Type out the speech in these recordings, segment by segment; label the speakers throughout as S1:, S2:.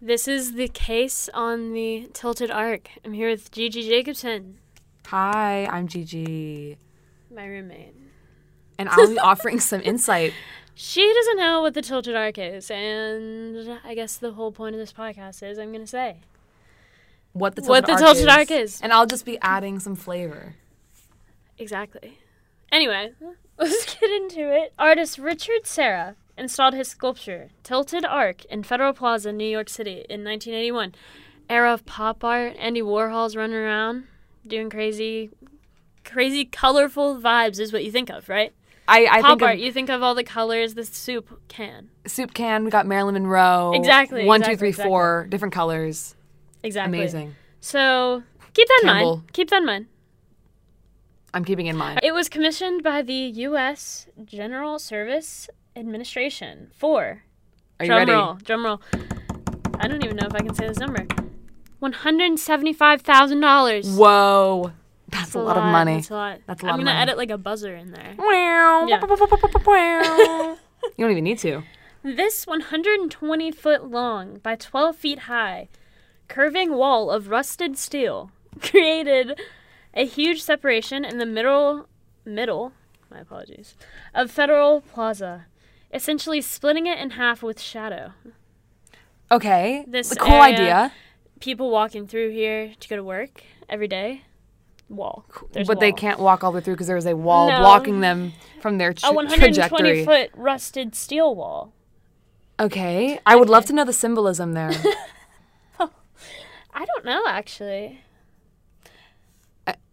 S1: This is the case on the Tilted Arc. I'm here with Gigi Jacobson,
S2: Hi, I'm Gigi,
S1: my roommate.
S2: and I'll be offering some insight.
S1: She doesn't know what the Tilted Arc is, and I guess the whole point of this podcast is I'm going to say.
S2: What the tilted
S1: What the
S2: arc
S1: tilted
S2: is,
S1: arc is.
S2: and I'll just be adding some flavor.
S1: Exactly. Anyway, let's get into it. Artist Richard Serra installed his sculpture, Tilted Arc, in Federal Plaza, New York City in 1981. Era of pop art, Andy Warhol's running around doing crazy, crazy colorful vibes is what you think of, right?
S2: I, I
S1: Pop
S2: think
S1: art,
S2: of
S1: you think of all the colors the soup can.
S2: soup can. We got Marilyn Monroe.
S1: Exactly,
S2: One, two,
S1: exactly,
S2: three, four different colors.
S1: Exactly.
S2: Amazing.
S1: So keep that in
S2: Campbell.
S1: mind. Keep that in mind.
S2: I'm keeping in mind.
S1: It was commissioned by the U.S. General Service Administration for
S2: Are you
S1: drum
S2: ready?
S1: roll, drum roll. I don't even know if I can say this number. One hundred seventy-five thousand dollars.
S2: Whoa, that's a lot of money.
S1: That's a lot.
S2: That's a
S1: I'm
S2: lot of
S1: gonna
S2: money.
S1: edit like a buzzer in there.
S2: Wow.
S1: Yeah.
S2: you don't even need to.
S1: This 120 foot long by 12 feet high, curving wall of rusted steel created a huge separation in the middle middle. My apologies. Of Federal Plaza, essentially splitting it in half with shadow.
S2: Okay.
S1: This
S2: cool
S1: area-
S2: idea,
S1: people walking through here to go to work every day. Wall. There's a
S2: but they
S1: wall.
S2: can't walk all the way through because there was a wall
S1: No.
S2: blocking them from their tra-
S1: A 120
S2: trajectory.
S1: foot rusted steel wall.
S2: Okay. I would love to know the symbolism there.
S1: I don't know, actually.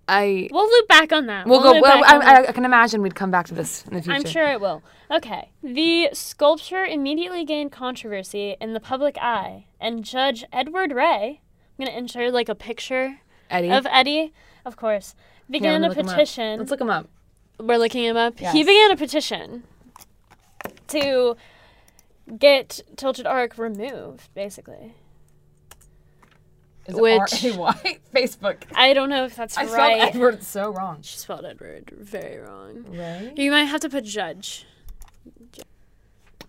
S2: I
S1: We'll loop back on that.
S2: we'll go.
S1: loop
S2: Well,
S1: back on
S2: I,
S1: that.
S2: I, I can imagine we'd come back to this in the future.
S1: I'm sure it will. Okay. The sculpture immediately gained controversy in the public eye, and Judge Edward Ray, I'm going to insert like a picture
S2: Eddie.
S1: of Eddie, of course,
S2: Here, let
S1: began
S2: me
S1: a
S2: look him up.
S1: petition.
S2: Let's look him up.
S1: we're looking him up. He
S2: Yes.
S1: began a petition to get Tilted Arc removed, basically.
S2: Is
S1: it Which-
S2: Facebook?
S1: I don't know if that's right.
S2: Edward so wrong.
S1: She spelled Edward very wrong.
S2: Right.
S1: You might have to put Judge.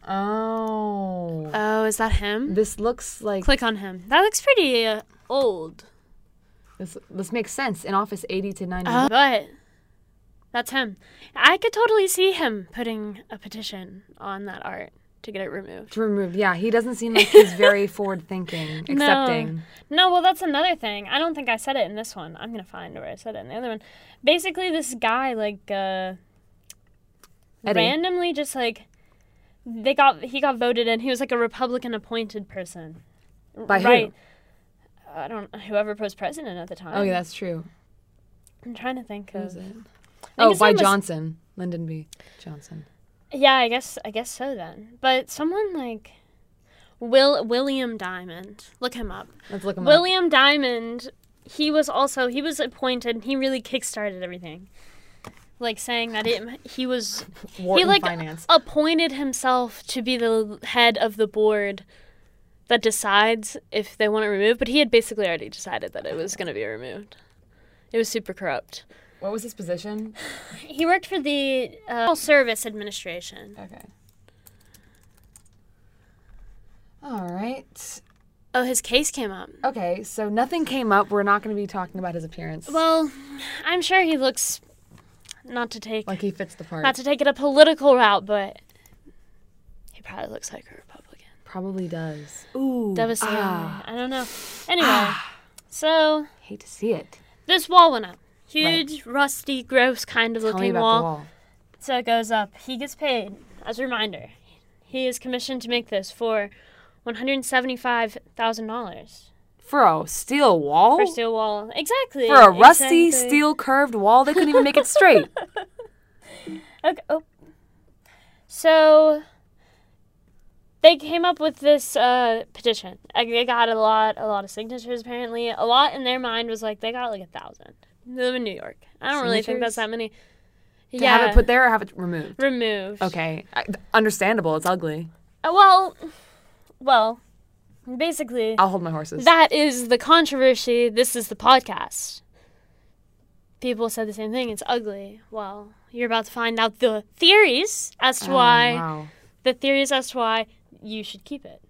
S2: Oh.
S1: Oh, is that him?
S2: this looks like
S1: Click on him. That looks pretty uh, old.
S2: this. This makes sense. In Office 80 to 90.
S1: Uh. but that's him. I could totally see him putting a petition on that art to get it removed.
S2: to remove. Yeah, he doesn't seem like he's very forward thinking,
S1: No.
S2: accepting.
S1: No, well, that's another thing. I don't think I said it in this one. I'm gonna find where I said it in the other one. Basically, this guy like uh,
S2: Eddie.
S1: randomly just like they got he got voted in. He was like a Republican appointed person.
S2: By who?
S1: right. I don't whoever was president at the time.
S2: Oh yeah, that's true.
S1: I'm trying to think
S2: Who is
S1: of.
S2: it?
S1: think
S2: Oh,
S1: his
S2: by
S1: name was-
S2: Johnson, Lyndon B. Johnson.
S1: Yeah, I guess I guess so then. But someone like Will William Diamond. Look him up.
S2: Let's look him up.
S1: William Diamond, he was also he was appointed. He really kickstarted everything, like saying that it, he was he
S2: Wharton
S1: like
S2: Finance.
S1: appointed himself to be the head of the board that decides if they want to remove. But he had basically already decided that it was going to be removed. It was super corrupt.
S2: What was his position?
S1: He worked for the uh, General Service Administration.
S2: Okay. All right.
S1: Oh, his case came up.
S2: Okay, so nothing came up. We're not going to be talking about his appearance.
S1: Well, I'm sure he looks not to take
S2: like he fits the part.
S1: not to take it a political route, but he probably looks like a Republican.
S2: Probably does. Ooh.
S1: Devastating.
S2: ah,
S1: I don't know. Anyway, so
S2: hate to see it.
S1: this wall went up. Huge, rusty, gross kind of
S2: Tell me
S1: looking
S2: about
S1: wall.
S2: the wall.
S1: So it goes up. He gets paid. As a reminder, he is commissioned to make this for one hundred seventy-five thousand dollars
S2: For a steel wall?
S1: for a steel wall. Exactly.
S2: For a rusty
S1: exactly.
S2: steel curved wall? They couldn't even make it straight.
S1: Okay. Oh. So they came up with this uh, petition. Like, They got a lot, a lot of signatures. Apparently, a lot in their mind was like they got like a thousand. They live in New York. I don't really think that's
S2: Signatures?
S1: that many.
S2: To have it put there or have it removed?
S1: removed.
S2: Okay. I, understandable. It's ugly.
S1: Uh, well, well, basically,
S2: I'll hold my horses.
S1: that is the controversy. This is the podcast. People said the same thing. It's ugly. Well, you're about to find out the theories as to
S2: Oh,
S1: why.
S2: Wow.
S1: the theories as to why you should keep it.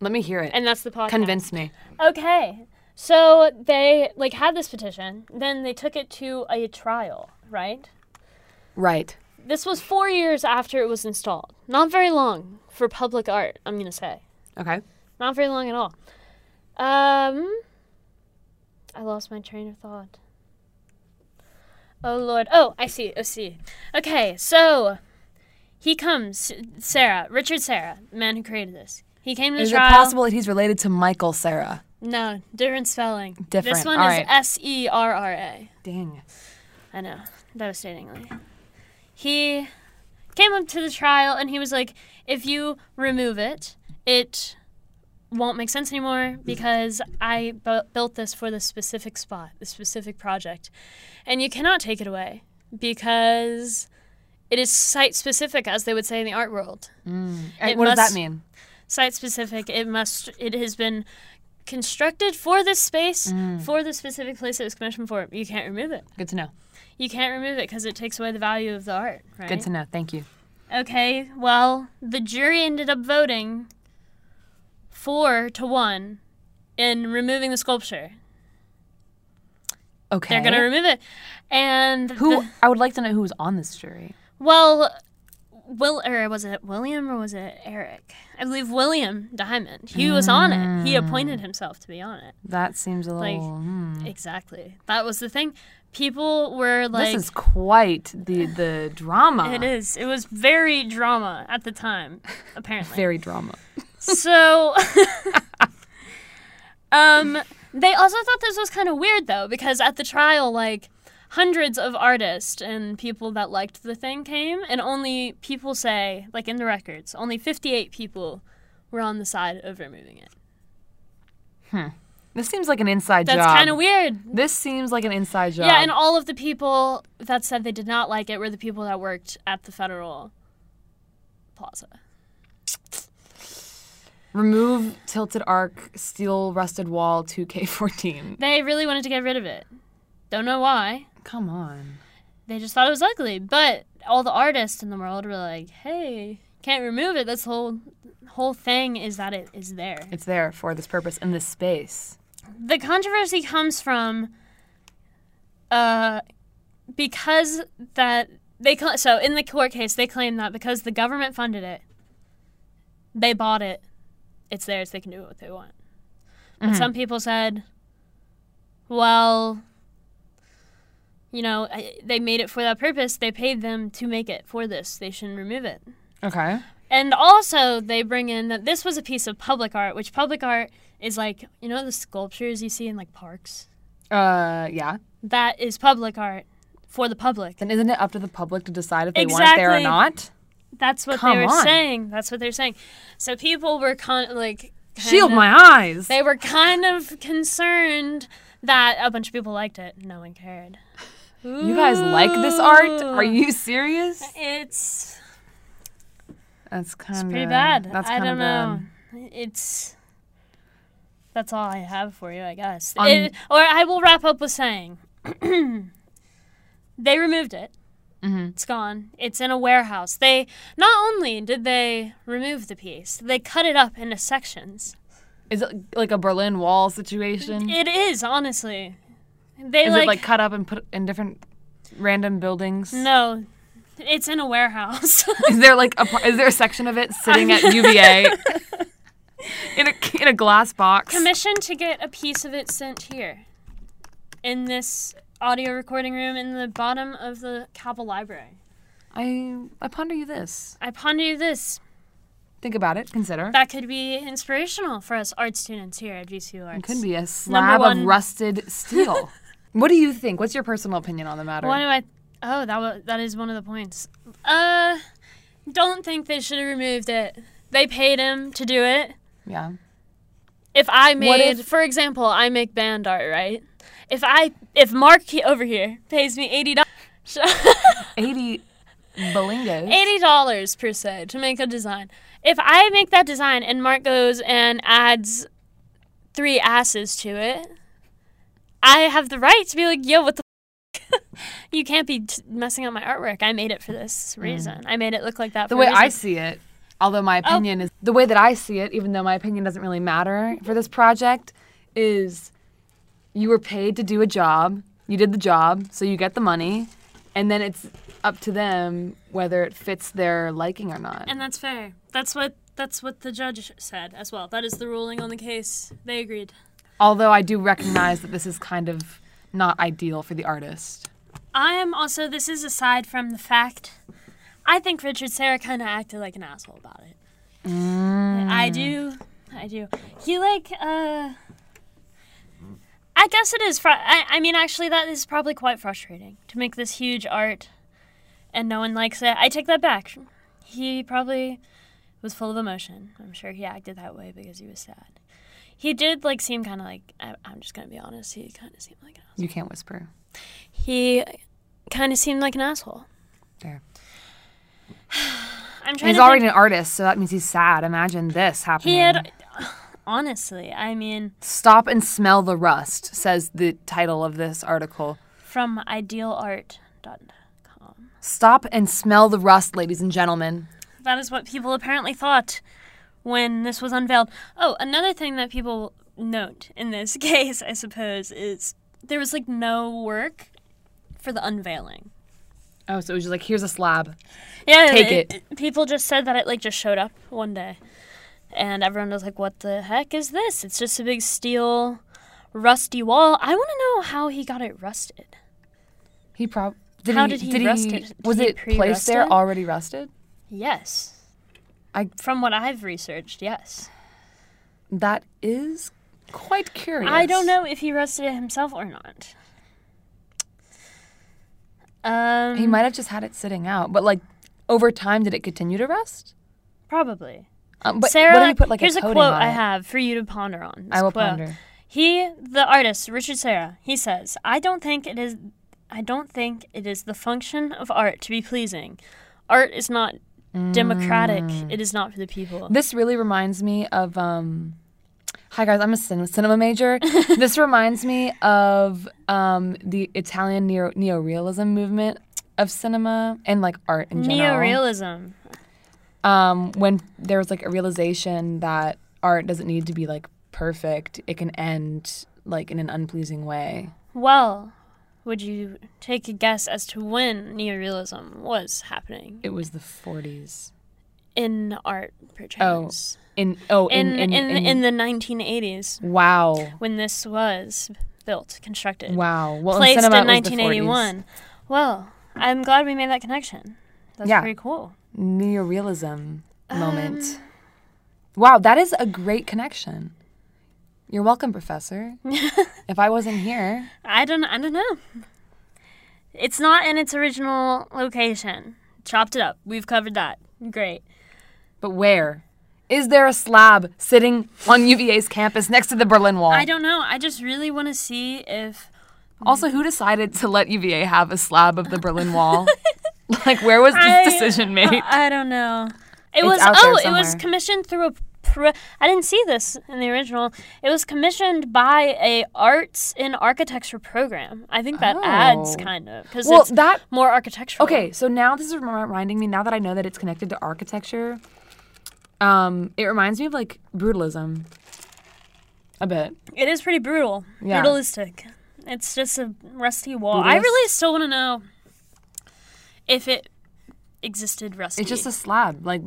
S2: Let me hear it.
S1: and that's the podcast.
S2: Convince me.
S1: Okay. So they like had this petition, then they took it to a trial, right?
S2: Right.
S1: This was 4 years after it was installed. Not very long for public art, I'm going to say.
S2: Okay.
S1: Not very long at all. Um I lost my train of thought. Oh lord. Oh, I see. I see. Okay, so he comes Sarah, Richard Sarah, the man who created this. He came to the
S2: Is
S1: trial.
S2: it possible that he's related to Michael Sarah?
S1: No, different spelling. This
S2: Different,
S1: one
S2: all
S1: is
S2: right.
S1: S E R R A.
S2: Dang.
S1: I know, devastatingly. He came up to the trial and he was like, if you remove it, it won't make sense anymore because I bu- built this for this specific spot, this specific project. And you cannot take it away because it is site specific, as they would say in the art world It
S2: what does
S1: must-
S2: that mean?
S1: site specific. It must. It has been constructed for this space,
S2: Mm.
S1: for the specific place it was commissioned for. You can't remove it.
S2: Good to know.
S1: You can't remove it because it takes away the value of the art. Right.
S2: Good to know. Thank you.
S1: Okay. Well, the jury ended up voting four to one in removing the sculpture.
S2: Okay.
S1: They're gonna remove it, and
S2: who?
S1: the-
S2: I would like to know who was on this jury.
S1: well. Will or was it William or was it Eric? I believe William Diamond. He was on it.
S2: Mm.
S1: He appointed himself to be on it.
S2: That seems a
S1: Like,
S2: little. hmm.
S1: Exactly. That was the thing. People were like,
S2: this is quite the the drama.
S1: it is. It was very drama at the time, apparently.
S2: Very drama.
S1: so, um, they also thought this was kind of weird though, because at the trial, like, hundreds of artists and people that liked the thing came, and only people say, like in the records, only 58 people were on the side of removing it.
S2: This seems like an inside
S1: That's
S2: job.
S1: kind of weird.
S2: This seems like an inside job.
S1: Yeah, and all of the people that said they did not like it were the people that worked at the Federal Plaza.
S2: remove tilted arc, steel rusted wall, two K fourteen.
S1: They really wanted to get rid of it. Don't know why.
S2: Come on.
S1: They just thought it was ugly. But all the artists in the world were like, "Hey, can't remove it. This whole whole thing is that it is there."
S2: It's there for this purpose in this space.
S1: The controversy comes from uh because that they cl- so in the court case they claim that because the government funded it, they bought it. It's theirs. They can do what they want. But some people said, well, you know, I- they made it for that purpose. They paid them to make it for this. They shouldn't remove it.
S2: Okay.
S1: And also, they bring in that this was a piece of public art, which public art is like, you know, the sculptures you see in like parks?
S2: Uh, yeah.
S1: That is public art for the public.
S2: Then isn't it up to the public to decide if they want it there or
S1: Exactly.
S2: not?
S1: That's what
S2: Come
S1: they were
S2: on.
S1: saying. That's what they're saying. So people were con- like, kind
S2: Shield
S1: of-
S2: my eyes.
S1: They were kind of concerned that a bunch of people liked it. No one cared.
S2: You guys like this art?
S1: Ooh.
S2: Are you serious?
S1: It's
S2: That's kind
S1: it's
S2: of
S1: pretty bad.
S2: That's
S1: I
S2: kinda
S1: don't know.
S2: bad.
S1: It's that's all I have for you, I guess.
S2: On-
S1: It- or I will wrap up with saying they removed it.
S2: Mhm.
S1: It's gone. It's in a warehouse. They not only did they remove the piece, they cut it up into sections.
S2: Is it like a Berlin Wall situation?
S1: It is honestly. They
S2: Mm-hmm. Is
S1: like, Mm.
S2: it like cut up and put in different random buildings?
S1: no. It's in a warehouse.
S2: Is there like a par- is there a section of it sitting at UVA in a in a glass box?
S1: commissioned to get a piece of it sent here in this audio recording room in the bottom of the Cabell Library.
S2: I I ponder you this.
S1: I ponder you this.
S2: Think about it. Consider.
S1: That could be inspirational for us art students here at VCU Arts.
S2: It could be a slab of
S1: one.
S2: rusted steel. what do you think? What's your personal opinion on the matter?
S1: What do I? Oh, that wa that is one of the points. Uh, don't think they should have removed it. They paid him to do it.
S2: yeah.
S1: if I made,
S2: What if-
S1: for example, I make band art, right? If I, if Mark he- over here pays me eighty dollars,
S2: Eighty belingos.
S1: eighty dollars per se to make a design. If I make that design and Mark goes and adds three asses to it, I have the right to be like, "Yo, what the? f- you can't be t- messing up my artwork. I made it for this reason. I made it look like that."
S2: Hmm. The
S1: for
S2: way
S1: a reason.
S2: I see it Although my opinion is the way that I see it, even though my opinion doesn't really matter for this project, is you were paid to do a job, you did the job, so you get the money, and then it's up to them whether it fits their liking or not.
S1: And that's fair. That's what that's what the judge said as well. That is the ruling on the case. They agreed.
S2: Although I do recognize that this is kind of not ideal for the artist.
S1: I am also this is aside from the fact I think Richard Serra kind of acted like an asshole about it. I do. I do. He like uh I guess it is fr- I, I mean actually that is probably quite frustrating to make this huge art and no one likes it. I take that back. He probably was full of emotion. I'm sure he acted that way because he was sad. He did like seem kind of like I, I'm just going to be honest, he kind of seemed like an
S2: You can't whisper.
S1: he kind of seemed like an asshole.
S2: There.
S1: I'm trying
S2: He's
S1: to
S2: already
S1: think.
S2: an artist, so that means he's sad. Imagine this happening.
S1: He had honestly, I mean,
S2: Stop and smell the rust, says the title of this article.
S1: from idealart.com.
S2: Stop and smell the rust, ladies and gentlemen.
S1: That is what people apparently thought when this was unveiled. Oh, another thing that people note in this case, I suppose, is there was like no work for the unveiling.
S2: Oh, so it was just like, here's a slab.
S1: Yeah,
S2: Take
S1: People just said that it like just showed up one day, and everyone was like, "What the heck is this? It's just a big steel, rusty wall." I want to know how he got it rusted.
S2: He probably. Did
S1: How
S2: he,
S1: did he rust it? Did
S2: Was
S1: he
S2: it placed there
S1: pre-rust it?
S2: already rusted?
S1: Yes,
S2: I-
S1: from what I've researched, yes.
S2: That is quite curious.
S1: I don't know if he rusted it himself or not. Um,
S2: He might have just had it sitting out, but like over time, did it continue to rust?
S1: probably.
S2: Um, but
S1: Sarah,
S2: what did he put like
S1: here's a,
S2: a coating
S1: quote
S2: on
S1: I
S2: it?
S1: have for you to ponder on.
S2: I will
S1: This quote.
S2: ponder.
S1: He, the artist Richard Serra, he says, "I don't think it is. I don't think it is the function of art to be pleasing. Art is not democratic.
S2: Mm.
S1: It is not for the people."
S2: This really reminds me of. Um, hi guys, I'm a cin- cinema major. this reminds me of um, the Italian neo- neorealism movement of cinema and like art in general.
S1: Neorealism.
S2: um, when there was like a realization that art doesn't need to be like perfect, it can end like in an unpleasing way.
S1: Well, would you take a guess as to when neorealism was happening
S2: It was the 40s.
S1: in art, perchance?
S2: In oh in
S1: in in, in, the 1980s
S2: wow
S1: when this was built, constructed.
S2: wow well
S1: placed
S2: cinema
S1: in
S2: it was the
S1: 1981.
S2: 40s.
S1: Well, I'm glad we made that connection. That's
S2: Yeah.
S1: pretty cool.
S2: neorealism
S1: Um,
S2: moment. wow, that is a great connection. You're welcome, professor. if I wasn't here,
S1: I don't I don't know. It's not in its original location. Chopped it up. We've covered that. Great.
S2: but where? Is there a slab sitting on UVA's campus next to the Berlin Wall?
S1: I don't know. I just really want to see if
S2: Also, who decided to let UVA have a slab of the Berlin Wall? like, where was this
S1: I-
S2: decision made?
S1: I don't know. It was
S2: out there
S1: oh, it was
S2: somewhere.
S1: commissioned through a pro- I didn't see this in the original. It was commissioned by a arts in architecture program. I think that adds
S2: Oh.
S1: kind of cuz
S2: Well,
S1: it's
S2: that-
S1: more architectural.
S2: Okay, so now this is remi- reminding me. Now that I know that it's connected to architecture, um, it reminds me of like brutalism. A bit.
S1: It is pretty brutal.
S2: Yeah.
S1: Brutalistic. It's just a rusty wall. I
S2: Brutalist.
S1: really still want to know if it existed rusty.
S2: It's just a slab. Like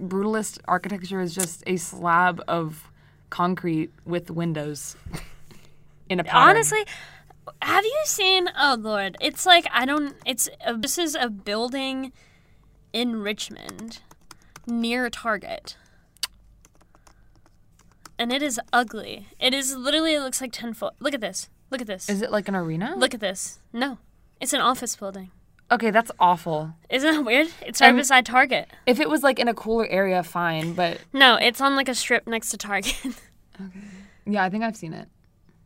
S2: brutalist architecture is just a slab of concrete with windows in a pattern.
S1: honestly. Have you seen? Oh Lord, it's like I don't. It's a, this is a building in Richmond near Target, and it is ugly. It is literally it looks like ten foot. Look at this. Look at this.
S2: is it like an arena?
S1: Look at this. No, it's an office building.
S2: okay, that's awful.
S1: Isn't that weird? It's right
S2: And-
S1: beside Target.
S2: If it was like in a cooler area, fine. But
S1: No, it's on like a strip next to Target.
S2: yeah, I think I've seen it.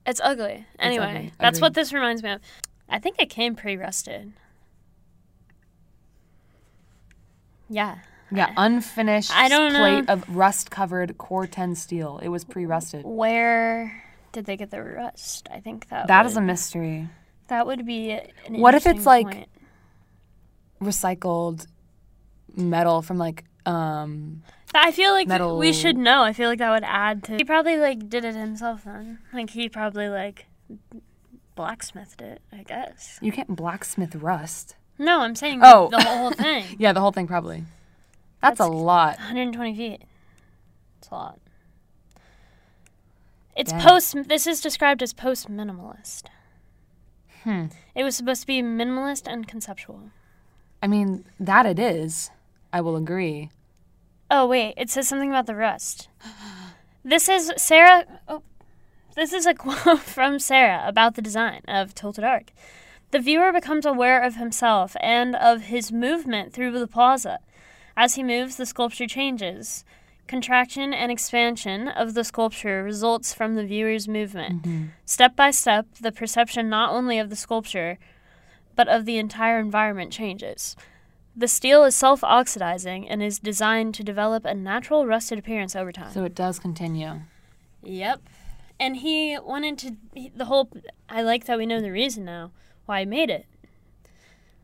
S1: it's ugly. Anyway,
S2: ugly.
S1: that's what
S2: Agreed.
S1: this reminds me of. I think it came pre-rusted. Yeah.
S2: Yeah, unfinished
S1: I don't
S2: plate
S1: know.
S2: of rust-covered core 10 steel. It was pre-rusted.
S1: Where did they get the rust? I think that
S2: That is a
S1: would-
S2: mystery.
S1: that would be an
S2: What if
S1: interesting
S2: it's like-
S1: point.
S2: Recycled metal from like um,
S1: I feel like
S2: Metal-
S1: we should know. I feel like that would add to. He probably like did it himself then. Like he probably like blacksmithed it. I guess.
S2: you can't blacksmith rust.
S1: No, I'm saying
S2: Oh.
S1: the whole thing.
S2: Yeah, the whole thing probably. That's,
S1: That's-
S2: a lot.
S1: 120 feet. It's a lot. It's
S2: Dang.
S1: post. This is described as post minimalist. Hmm. It was supposed to be minimalist and conceptual.
S2: I mean, that it is. I will agree.
S1: Oh wait, it says something about the rust. This is Sarah. Oh, this is a quote from Sarah about the design of Tilted Arc. The viewer becomes aware of himself and of his movement through the plaza. As he moves, the sculpture changes. Contraction and expansion of the sculpture results from the viewer's movement. Step by step, the perception not only of the sculpture, but of the entire environment changes. The steel is self oxidizing and is designed to develop a natural rusted appearance over time.
S2: So it does continue.
S1: Yep. And he wanted to he- the whole. I like that we know the reason now why he made it,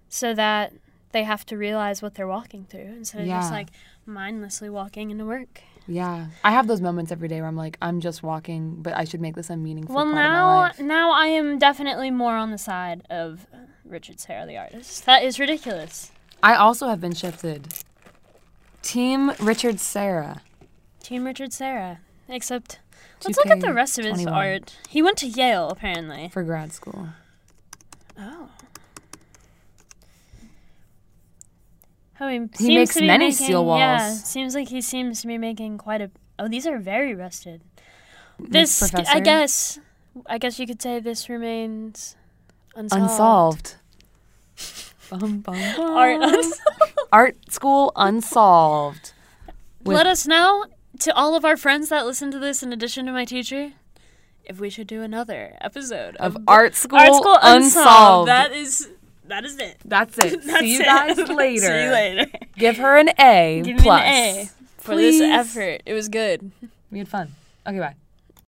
S1: so that they have to realize what they're walking through instead of
S2: Yeah.
S1: just like mindlessly walking into work.
S2: Yeah. I have those moments every day where I'm like, I'm just walking, but I should make this a meaningful
S1: well,
S2: part of my
S1: now
S2: life.
S1: now I am definitely more on the side of Richard Serra, the artist. That is ridiculous.
S2: I also have been shifted. Team Richard Serra.
S1: Team Richard Serra. Except, let's look at the rest of his
S2: 2K21.
S1: art. He went to Yale apparently.
S2: for grad school.
S1: Oh. Oh, he,
S2: He
S1: seems
S2: makes
S1: to be
S2: many
S1: making-
S2: steel walls.
S1: Yeah, seems like he seems to be making quite a. Oh, these are very rusted. This, I
S2: Professor?
S1: guess, I guess you could say this remains unsolved.
S2: Unsolved. Bum, bum, bum.
S1: Art unsolved.
S2: Art school unsolved. With-
S1: Let us know to all of our friends that listen to this, in addition to my teacher, if we should do another episode
S2: Of
S1: of
S2: art school,
S1: Art School Unsolved.
S2: unsolved.
S1: That is, that is it.
S2: That's it.
S1: That's
S2: See you
S1: it.
S2: guys later.
S1: See you later.
S2: Give her an A
S1: Give
S2: plus.
S1: me an A for
S2: Please.
S1: this effort. It was good.
S2: We had fun. Okay, bye.